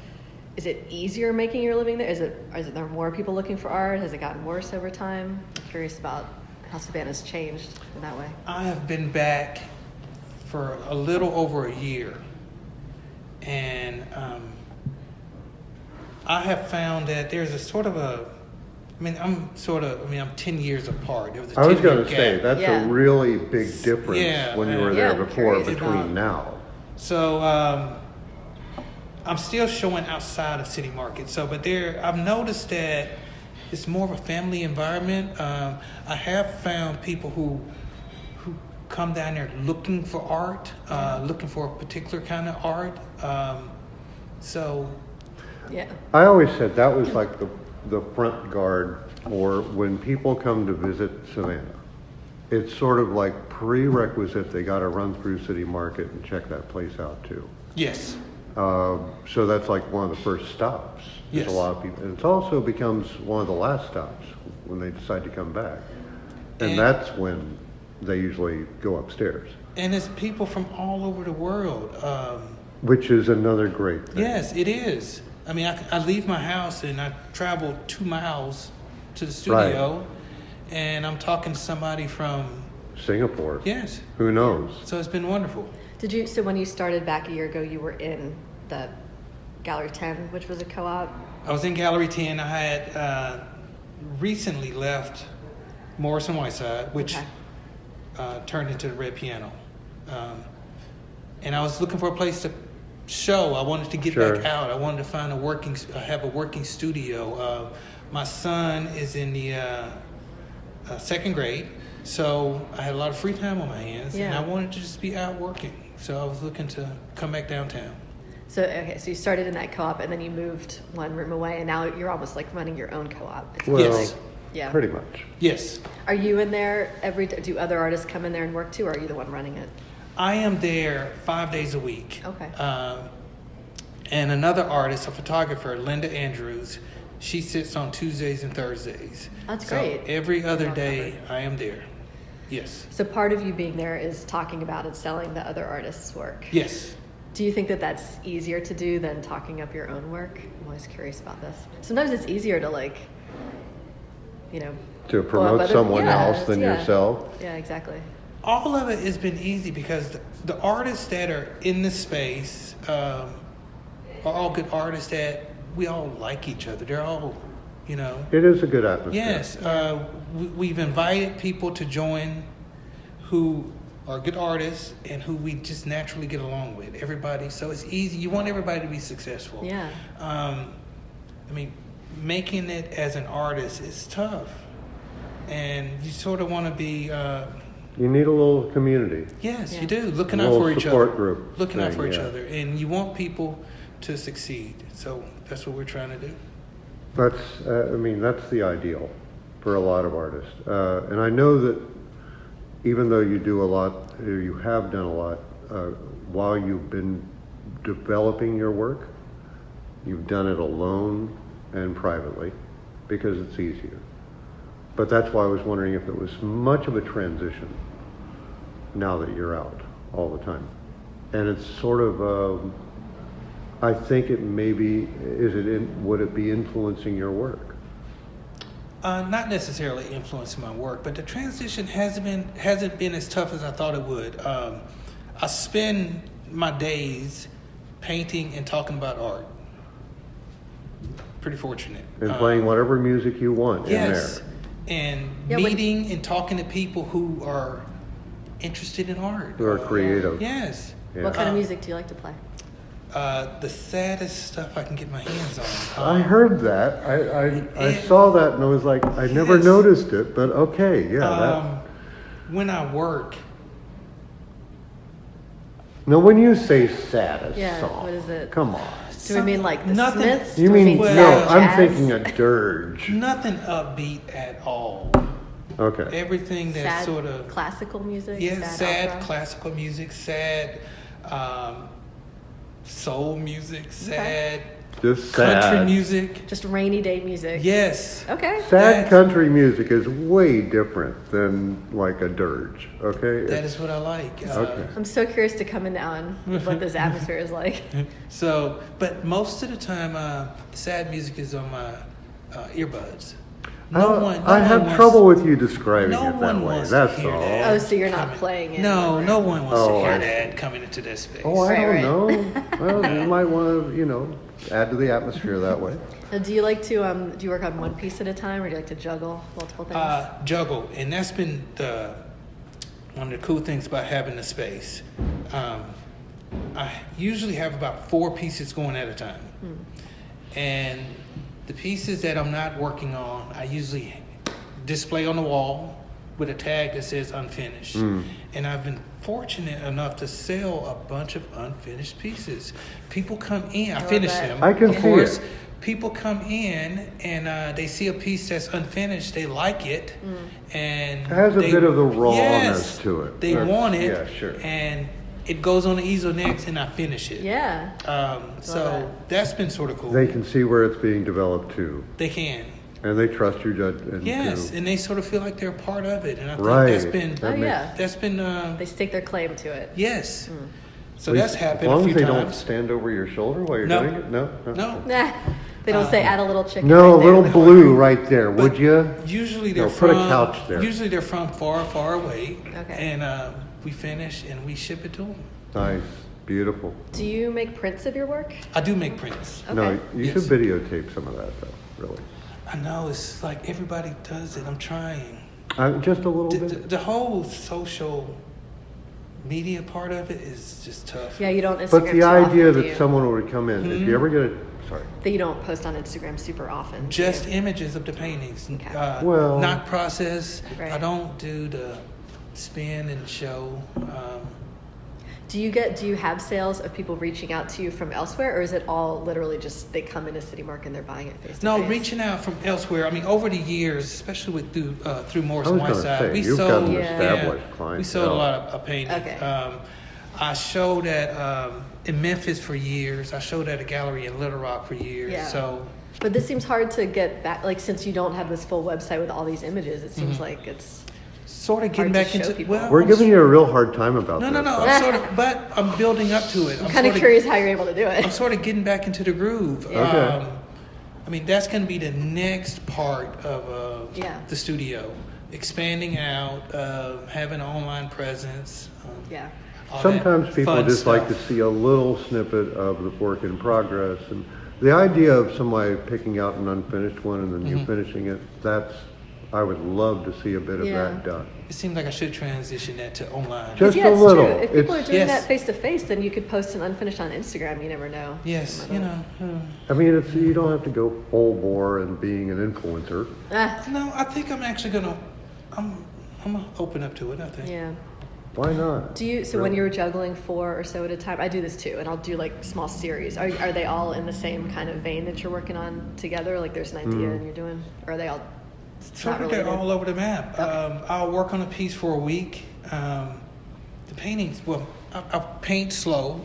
Is it easier making your living there? Is it? Is it there more people looking for art? Has it gotten worse over time? I'm curious about how Savannah's changed in that way. I have been back for a little over a year, and um, I have found that there's a sort of a. I mean, I'm sort of. I mean, I'm ten years apart. There was a I was 10 year going to say gap. that's Yeah. a really big difference Yeah, when you uh, were Yeah, there I'm before curious between about- now. So um, I'm still showing outside of City Market. So, but there, I've noticed that it's more of a family environment. Um, I have found people who who come down there looking for art, uh, looking for a particular kind of art. Um, so, Yeah. I always said that was like the the front guard for when people come to visit Savannah. It's sort of like prerequisite they got to run through City Market and check that place out too. yes, Um, so that's like one of the first stops. There's Yes. A lot of people, and it also becomes one of the last stops when they decide to come back, and And- that's when they usually go upstairs. and it's people from all over the world. Um, Which is another great thing. Yes, it is. I mean, I, I leave my house and I travel two miles to the Right. studio, and I'm talking to somebody from Singapore. yes. Who knows? So it's been wonderful. Did you? So when you started back a year ago, you were in the Gallery Ten, which was a co-op. I was in Gallery Ten. I had uh, recently left Morrison Whiteside, which Okay. uh, turned into the Red Piano, um, and I was looking for a place to show. I wanted to get back Sure. out. I wanted to find a working, s- uh, have a working studio. Uh, my son is in the uh, uh, second grade, so I had a lot of free time on my hands, and Yeah. I wanted to just be out working. So I was looking to come back downtown. So okay, so you started in that co-op, and then you moved one room away, and now you're almost like running your own co-op. It's Well, Yes. yeah. pretty much. Yes. Are you in there every day? Do other artists come in there and work too, or are you the one running it? I am there five days a week. Okay. Um, and another artist, a photographer, Linda Andrews, She sits on Tuesdays and Thursdays. That's So great. Every other You're day, I am there. Yes. So part of you being there is talking about and selling the other artist's work. Yes. Do you think that that's easier to do than talking up your own work? I'm always curious about this. Sometimes it's easier to like, you know, To blow up promote other- someone Yeah, else than yeah. yourself. Yeah, exactly. all of it has been easy because the, the artists that are in the space um, are all good artists that we all like each other. They're all, you know. It is a good atmosphere. Yes, uh, we, we've invited people to join who are good artists and who we just naturally get along with. Everybody, so it's easy. You want everybody to be successful. Yeah. Um, I mean, making it as an artist is tough, and you sort of want to be. Uh, You need a little community. Yes, Yeah. you do. Looking A out little for each other. support group Looking out thing, for each yeah. other, and you want people to succeed. So that's what we're trying to do. That's, uh, I mean, that's the ideal for a lot of artists. Uh, and I know that even though you do a lot, or you have done a lot, uh, while you've been developing your work, you've done it alone and privately because it's easier. But that's why I was wondering if it was much of a transition now that you're out all the time. And it's sort of, um, I think it may be, is it, in, would it be influencing your work? Uh, not necessarily influencing my work, but the transition hasn't been hasn't been as tough as I thought it would. Um, I spend my days painting and talking about art. Pretty fortunate. And Um, playing whatever music you want yes, in and Yeah, when- meeting and talking to people who are interested in art. there, who are Uh, creative. Yes. Yeah. What kind of Um, music do you like to play? Uh, the saddest stuff I can get my hands on. I heard that. I, I, I It- saw that and I was like, I never Yes. noticed it, but okay, yeah. that, Um, when I work, now, when you say saddest Yeah, song, what is it? Come on. Do we mean like the nothing- Smiths? You Do we mean, Well- no, sad I'm jazz? thinking a dirge. nothing upbeat at all. Okay. Everything that's sad sort of classical music. yeah, sad, opera? classical music, sad um, soul music, sad Just sad. country music. Just rainy day music. Yes, Okay. Sad That's- country music is way different than like a dirge, okay? that is what I like. Uh, okay. I'm so curious to come in now and what this atmosphere is like. So, but most of the time, uh, sad music is on my uh, earbuds. No I- one. no Uh, I one have wants- trouble with you describing no it that one way. wants to That's hear all. that. Oh, so you're not playing it? No, no one wants Oh, to hear I- that coming into this space. Oh, I Right, don't right. know. well, you might want to, you know, add to the atmosphere that way. Now, do you like to um, do you work on one piece at a time, or do you like to juggle multiple things? uh, juggle, and that's been the one of the cool things about having the space. Um, I usually have about four pieces going at a time, Hmm. and the pieces that I'm not working on, I usually display on the wall with a tag that says unfinished. And I've been fortunate enough to sell a bunch of unfinished pieces. People come in, I Oh, I finish bet. them. I can of see course, it. people come in and uh, they see a piece that's unfinished. They like it, Mm. and it has a bit of the rawness yes, to it. They That's- want it, yeah, sure. and it goes on the easel next, and I finish it. yeah. Um, so that. that. has been sort of cool. They can see where it's being developed too, They can, and they trust your judgment. yes, too. and they sort of feel like they're a part of it, and I think right. that's been Oh, That makes- yeah. that's been uh, They Mm. stake their claim to it. yes. So At least- that's happened As long a few as they don't times. stand over your shoulder while you're No. doing it. No. No, Nah, they Uh, don't say add a little chicken. No, right a there little in the corner. blue right there, But would you? Usually No, they're put from. a couch there. Usually they're from far, far away. Okay. And uh, we finish and we ship it to them. Nice, beautiful. Do you make prints of your work? I do make prints. No, Okay. you Yes. should videotape some of that though, really. I know it's like everybody does it. I'm trying. Uh, just a little The, bit. the, the whole social media part of it is just tough. Yeah, you don't Instagram. but too the idea often, do that you? someone would come in, Mm-hmm. if you ever get a, sorry, that you don't post on Instagram super often. do Just you? images of the paintings. Okay. Uh, Well- not process. I Right. don't do the spin and show. Um, do you get do you have sales of people reaching out to you from elsewhere, or is it all literally just they come into City Mark and they're buying it face to no, face? reaching out from elsewhere. I mean, over the years, especially with through uh, through Morris I was gonna Whiteside, say, we you've got sold an Yeah. established clientele. We sold a lot of, of paintings. Okay. Um, I showed at um, in Memphis for years. I showed at a gallery in Little Rock for years. Yeah. So But this seems hard to get back, like since you don't have this full website with all these images, it Mm-hmm. seems like it's Sort of getting Hard to back show into people. We're I'm giving s- you a real hard time about No, this. no, no. I'm sort of, but I'm building up to it. I'm kind of sorta- curious how you're able to do I'm it. sort of getting back into the groove. Okay. Um, I mean, that's going to be the next part of uh, Yeah. the studio, expanding out, uh, having an online presence. Um, Yeah. all that Sometimes people fun just like to stuff. see a little snippet of the work in progress, and the idea of somebody picking out an unfinished one and then Mm-hmm. you finishing it. That's I would love to see a bit of Yeah. that done. It seems like I should transition that to online. Just yeah, a it's little. true. If people It's- are doing Yes. that face to face, then you could post an unfinished on Instagram. You never know. yes, you know. uh, I mean, it's you don't have to go full bore and being an influencer. Ah, No, I think I'm actually gonna. I'm. I'm gonna open up to it. I think. yeah. Why not? Do you? So when you were juggling four or so at a time, I do this too, and I'll do like small series. Are are they all in the same kind of vein that you're working on together? Like there's an idea Mm. and you're doing, or are they all? it's Sort Not of they're related. all over the map. Um, I'll work on a piece for a week. Um, the paintings, well, I, I paint slow,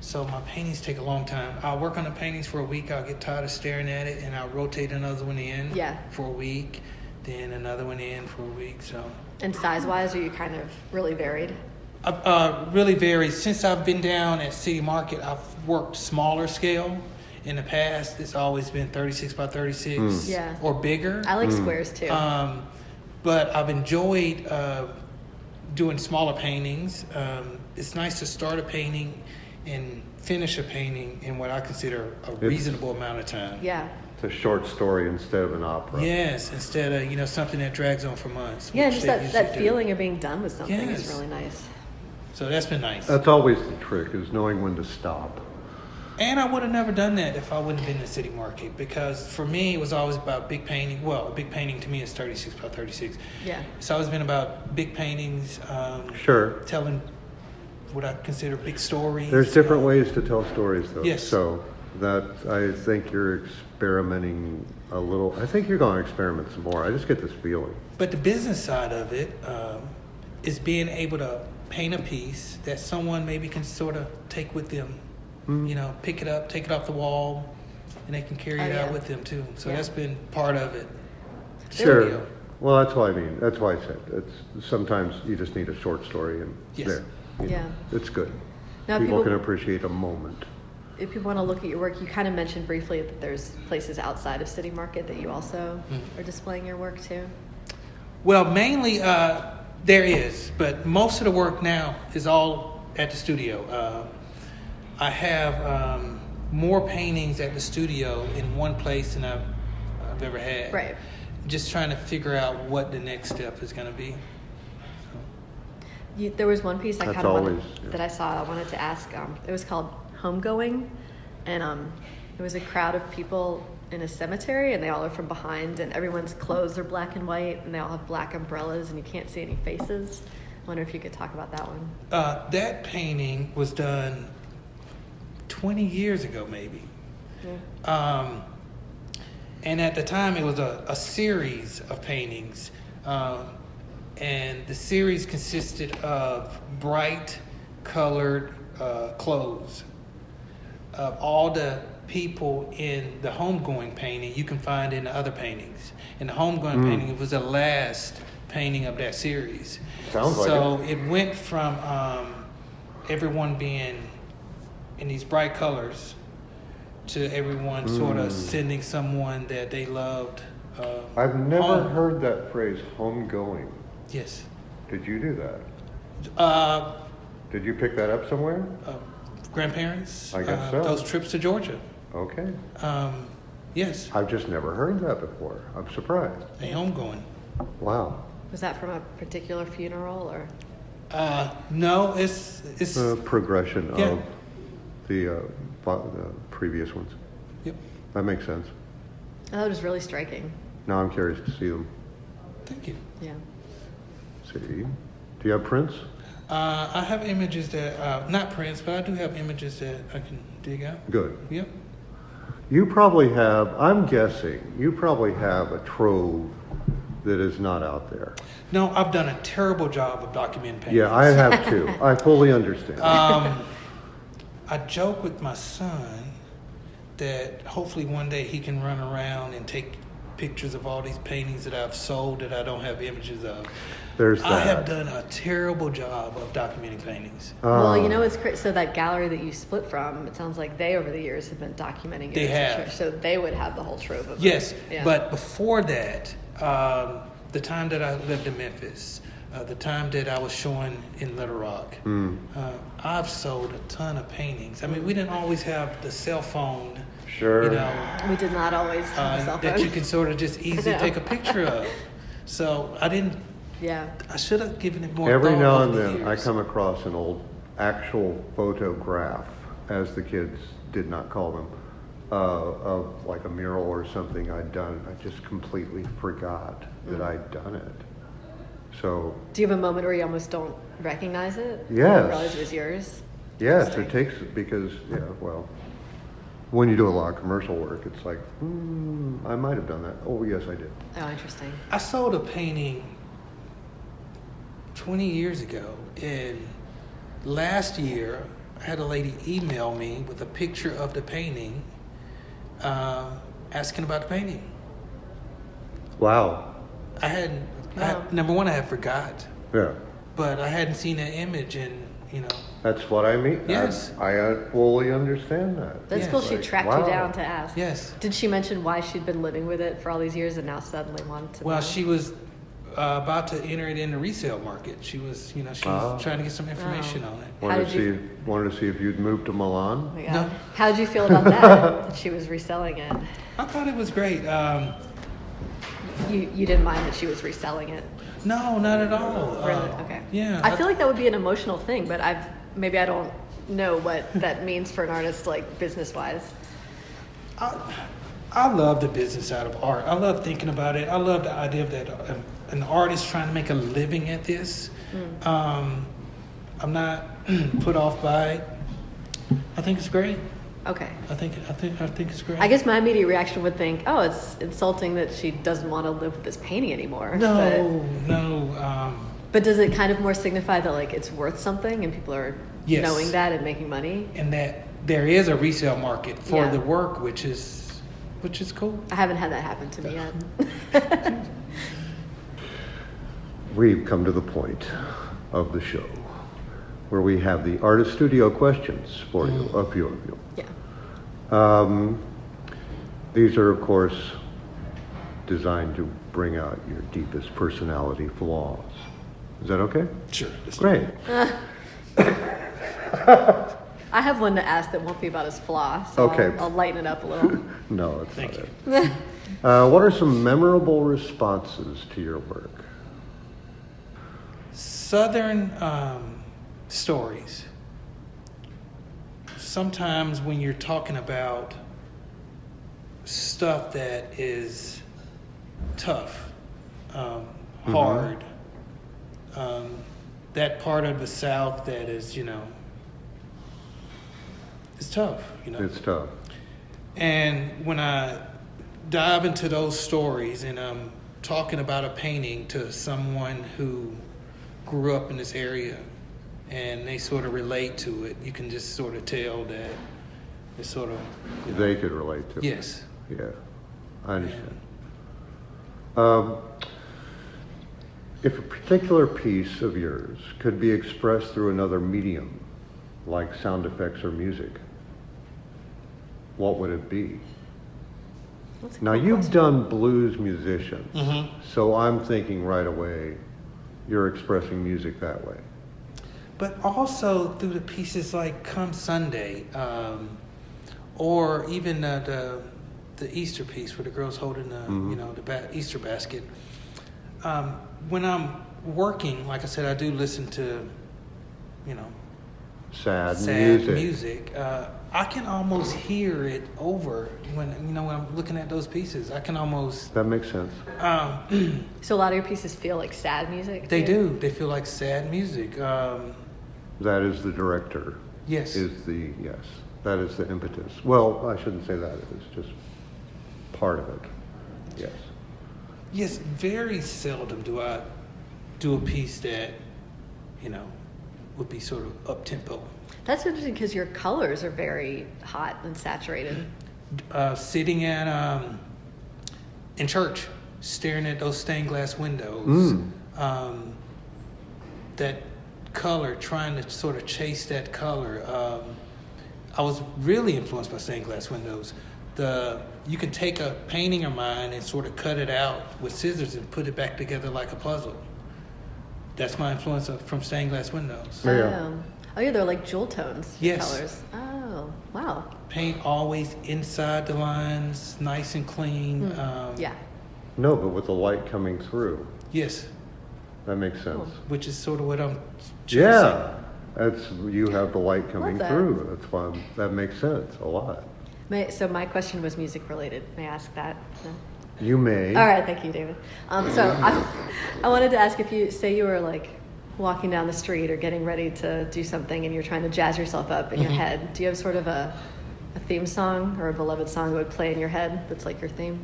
so my paintings take a long time. I'll work on the paintings for a week. I'll get tired of staring at it, and I'll rotate another one in Yeah. for a week, then another one in for a week. So And size wise, are you kind of really varied? uh, uh, really varies. Since I've been down at City Market, I've worked smaller scale. In the past, it's always been 36 by 36 Hmm. Yeah. or bigger. I like Mm. squares too. Um, but I've enjoyed uh, doing smaller paintings. Um, it's nice to start a painting and finish a painting in what I consider a reasonable amount of time. yeah. It's a short story instead of an opera. Yes, instead of you know something that drags on for months. Yeah, which just they that, usually that do. feeling of being done with something is Yes. really nice. So that's been nice. That's always the trick is knowing when to stop. And I would have never done that if I wouldn't have been in the city market because for me it was always about big painting. Well, a big painting to me is 36 by 36. Yeah. It's always been about big paintings, um, Sure. telling what I consider big stories. There's different ways to tell stories, though. Yes. So that I think you're experimenting a little. I think you're going to experiment some more. I just get this feeling. But the business side of it um, is being able to paint a piece that someone maybe can sort of take with them. Mm-hmm. You know, pick it up, take it off the wall, and they can carry Oh, it out yeah. with them too. So Yeah. that's been part of it. Sure. Studio. Well, that's what I mean. That's why I said it's sometimes you just need a short story, and Yes. there, you know, Yeah. it's good. Now, people, people- can appreciate a moment. If people want to look at your work, you kind of mentioned briefly that there's places outside of City Market that you also are displaying your work to. Well, mainly uh, there is, but most of the work now is all at the studio. Uh, I have um, more paintings at the studio in one place than I've, I've ever had. Right. Just trying to figure out what the next step is going to be. You, there was one piece I That's kind of wanted, always- yeah. that I saw. I wanted to ask. Um, it was called Homegoing, and um, it was a crowd of people in a cemetery, and they all are from behind, and everyone's clothes are black and white, and they all have black umbrellas, and you can't see any faces. I wonder if you could talk about that one. Uh, that painting was done 20 years ago, maybe. Um, and at the time, it was a, a series of paintings. Um, and the series consisted of bright colored uh, clothes. Of all the people in the homegoing painting, you can find in the other paintings. In the homegoing Hmm. painting, it was the last painting of that series. Sounds like so it. went from um, everyone being in these bright colors to everyone sort Hmm. of sending someone that they loved. Uh, I've never home. heard that phrase "homegoing." Yes. Did you do that? Uh, Did you pick that up somewhere? uh, grandparents. I guess uh, so. Those trips to Georgia. Okay, Um, yes, I've just never heard that before. I'm surprised. a homegoing. Wow. Was that from a particular funeral or? Uh, no, it's it's The progression Yeah. of the, uh, bu- the previous ones. yep. That makes sense. Oh, that was really striking. Now I'm curious to see them. Thank you. Yeah. See, do you have prints? Uh, I have images that uh, not prints, but I do have images that I can dig out. Good. Yep. You probably have, I'm guessing, you probably have a trove that is not out there. No, I've done a terrible job of documenting paintings. Yeah, I have too. Uh, I fully understand. Um, I joke with my son that hopefully one day he can run around and take pictures of all these paintings that I've sold that I don't have images of. There's I have that. done a terrible job of documenting paintings. well, Ah. Um, you know, it's crazy. So that gallery that you split from, it sounds like they over the years have been documenting. They it as a have. church, So they would have the whole trove of. Yes, it. Yeah. but before that, um, the time that I lived in Memphis, uh, the time that I was showing in Little Rock, Hmm. uh, I've sold a ton of paintings. I mean, we didn't always have the cell phone, Sure. you know, we did not always have a uh, cell that phone. you can sort of just easily know. take a picture of. So I didn't. yeah. I should have given it more. Every thought now and over the then, I years. come across an old actual photograph, as the kids did not call them, uh, of like a mural or something I'd done. I just completely forgot Mm. that I'd done it. So Do you have a moment where you almost don't recognize it? You Yes. don't realize it was yours. yes, it Interesting. takes because yeah, well, when you do a lot of commercial work, it's like, hmm, I might have done that. Oh yes, I did. Oh, interesting. I sold a painting 20 years ago, and last year I had a lady email me with a picture of the painting, um, asking about the painting. Wow. I hadn't. I Wow. number one, I had forgot, Yeah. but I hadn't seen that image, and you know, That's what I mean. I- Yes. I, uh, fully understand that. That's Yeah. cool. She Like, tracked wow. you down to ask. yes. Did she mention why she'd been living with it for all these years and now suddenly wanted to? Well, know? she was uh, about to enter it in the resale market. She was, you know, she was Ah. trying to get some information on it. Wanted to did see you- if, wanted to see if you'd moved to Milan. Oh my God. No. How did you feel about that? that she was reselling it. I thought it was great. Um, You you didn't mind that she was reselling it. no, not at all. Uh, Really? Okay. Yeah. I feel like that would be an emotional thing, but I've maybe I don't know what that means for an artist, like business wise. I, I love the business side of art. I love thinking about it. I love the idea of that uh, an artist trying to make a living at this. Hmm. Um, I'm not put off by it. I think it's great. Okay. I think I think I think it's great. I guess my immediate reaction would think, oh, it's insulting that she doesn't want to live with this painting anymore. no, no. Um, But, but does it kind of more signify that like it's worth something and people are Yes. knowing that and making money? and that there is a resale market for Yeah. the work, which is which is cool. I haven't had that happen to me yet. We've come to the point of the show where we have the artist studio questions for you, a few of you. yeah. Um, these are, of course, designed to bring out your deepest personality flaws. Is that okay? Sure. Great. I have one to ask that won't be about his flaw, so I'll- Okay. I'll, lighten it up a little. No, it's Thank not it. Uh, what are some memorable responses to your work? Southern um, stories. Sometimes when you're talking about stuff that is tough, um, hard, um, that part of the South that is, you know, it's tough, you know. It's tough. And when I dive into those stories and I'm talking about a painting to someone who grew up in this area and they sort of relate to it, you can just sort of tell that it's sort of, They could relate to it. yes. Yeah, I understand. Um, if a particular piece of yours could be expressed through another medium, like sound effects or music, what would it be? That's a Now, cool you've question. done blues musicians, Mm-hmm. so I'm thinking right away you're expressing music that way. But also through the pieces like Come Sunday um, or even uh, the, the Easter piece where the girl's holding the, Mm-hmm. you know, the ba- Easter basket. um, when I'm working, like I said, I do listen to, you know, Sad, sad music. music. Uh, I can almost hear it over when you know when I'm looking at those pieces. I can almost. That makes sense. Um, So a lot of your pieces feel like sad music. they too? do. They feel like sad music. Um, That is the director. yes. is the yes. That is the impetus. Well, I shouldn't say that. It's just part of it. Yes. Yes. Very seldom do I do a piece that, you know, would be sort of up tempo. That's interesting because your colors are very hot and saturated. uh, sitting at um, in church, staring at those stained glass windows, um, that color, trying to sort of chase that color. Um, I was really influenced by stained glass windows. The you can take a painting of mine and sort of cut it out with scissors and put it back together like a puzzle. That's my influence of, from stained glass windows. Yeah. Oh. Oh, yeah, they're like jewel tones. Yes. Colors. Oh, wow. Paint always inside the lines, nice and clean. Um, Yeah. No, but with the light coming through, Yes, that makes sense. which is sort of what I'm. Yeah, that's you have the light coming that. through. That's fun. That makes sense a lot. May, so my question was music related. May I ask that? No? You may. All right, thank you, David. Um, so I, I wanted to ask if you say you were like walking down the street or getting ready to do something and you're trying to jazz yourself up in your head. Do you have sort of a, a theme song or a beloved song that would play in your head that's like your theme?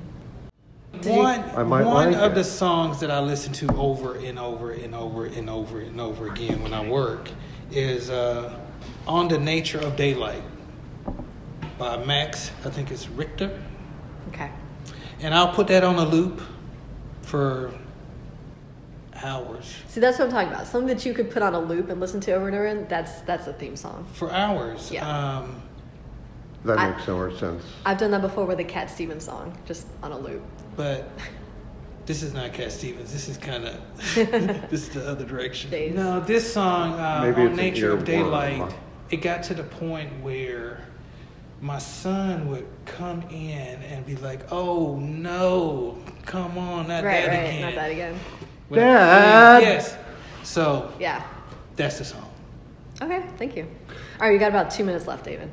One, I might one like of it. the songs that I listen to over and over and over and over and over again when I work is uh, "On the Nature of Daylight" by Max. I think it's Richter, Okay. and I'll put that on a loop for hours. See, that's what I'm talking about. Something that you could put on a loop and listen to over and over. And that's that's a theme song. For hours. Yeah. Um, That I- makes so much sense. I've done that before with a Cat Stevens song, just on a loop. but this is not Cat Stevens. This is kind of this is the other direction. Days. No, this song uh, Maybe on it's an Nature of earworm, Daylight. huh? It got to the point where my son would come in and be like, "Oh no, come on, not Right, that right. again." Not that again. When- Dad! Yes. So Yeah. that's the song. Okay. Thank you. All right, you got about two minutes left, David.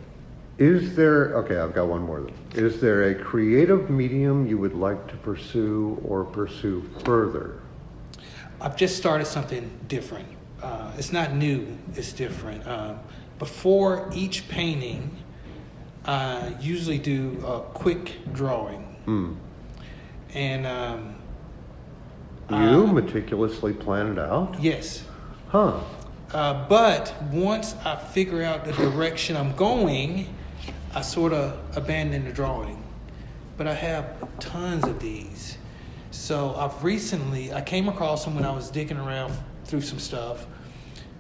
Is there okay? I've got one more. Then. Is there a creative medium you would like to pursue or pursue further? I've just started something different. Uh, it's not new, it's different. Um, before each painting, I usually do a quick drawing. Hmm. And um, You meticulously plan it out, yes, huh? uh, but once I figure out the direction I'm going, I sort of abandon the drawing. But I have tons of these. So I've recently, I came across them when I was digging around through some stuff.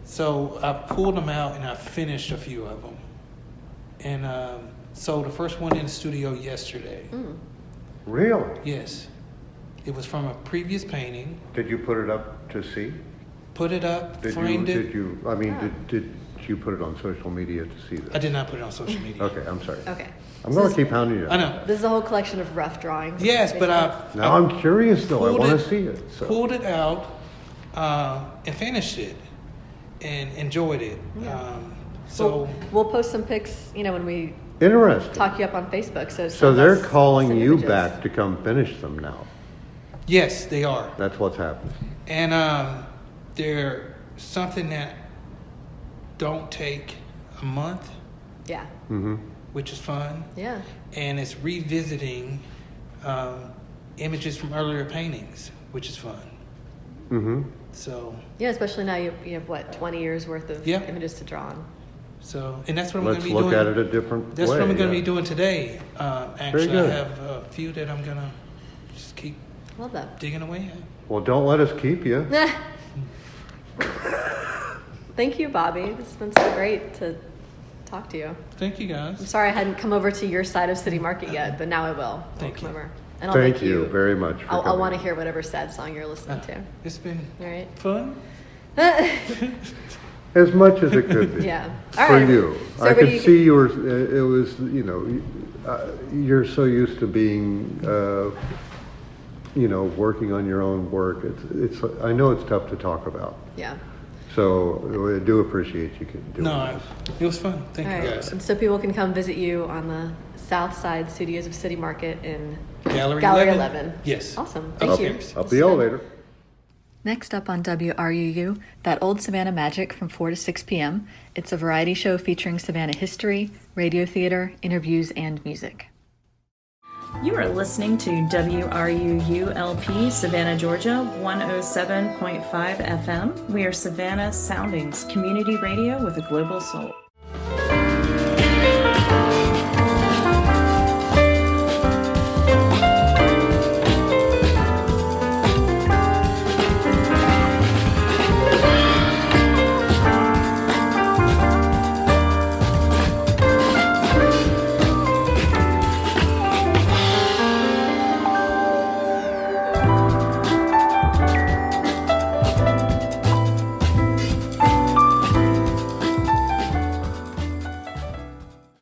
So I pulled them out and I finished a few of them. And um, so the first one in the studio yesterday. Really? Yes. It was from a previous painting. Did you put it up to see? Put it up, Did you? framed it. Did you? I mean, did, did you put it on social media to see I this? did not put it on social media. Okay, I'm sorry. Okay. I'm So going this- to keep hounding you. I know. This is a whole collection of rough drawings. Yes, but uh, basically. I Now I'm curious though. I pulled want to see it. So. Pulled it out uh, and finished it and enjoyed it. Um, so we'll, we'll post some pics, you know, when we Interesting. talk you up on Facebook. So so send they're us calling some you images. back to come finish them now. yes, they are, That's what's happening. and um, they're something that don't take a month, Yeah, which is fun, yeah. and it's revisiting um, images from earlier paintings, which is fun. Mm-hmm. So, Yeah, especially now you, you have what, 20 years worth of Yeah. images to draw on. so, and that's what I'm going Let's to be look doing. at it a different That's way. what I'm going to yeah. be doing today. Um, actually, I good. have a few that I'm going to just keep Love that. digging away at. Well, don't let us keep you. Thank you, Bobby. This has been so great to talk to you. Thank you I'm guys. sorry I hadn't come over to your side of City Market yet, but now I will. Thank I'll come you. over. And I'll Thank make you very much for I'll, I'll coming. want to hear whatever sad song you're listening Ah. to. It's been All right. fun. As much as it could be. Yeah. All For right. you. So I what do could see you were, it was, you know, uh, you're so used to being, uh, you know, working on your own work. It's, it's, I know it's tough to talk about. Yeah. So I do appreciate you could do No, I- it was fun. Thank All you right. guys. And so people can come visit you on the South Side Studios of City Market in Gallery, Gallery 11. 11. Yes. Awesome. up, Thank you. up the elevator. Next up on WRUU, that old Savannah magic from 4 to 6 p.m. It's a variety show featuring Savannah history, radio theater, interviews, and music. You are listening to WRUULP Savannah, Georgia 107.5 FM. We are Savannah Soundings, community radio with a global soul.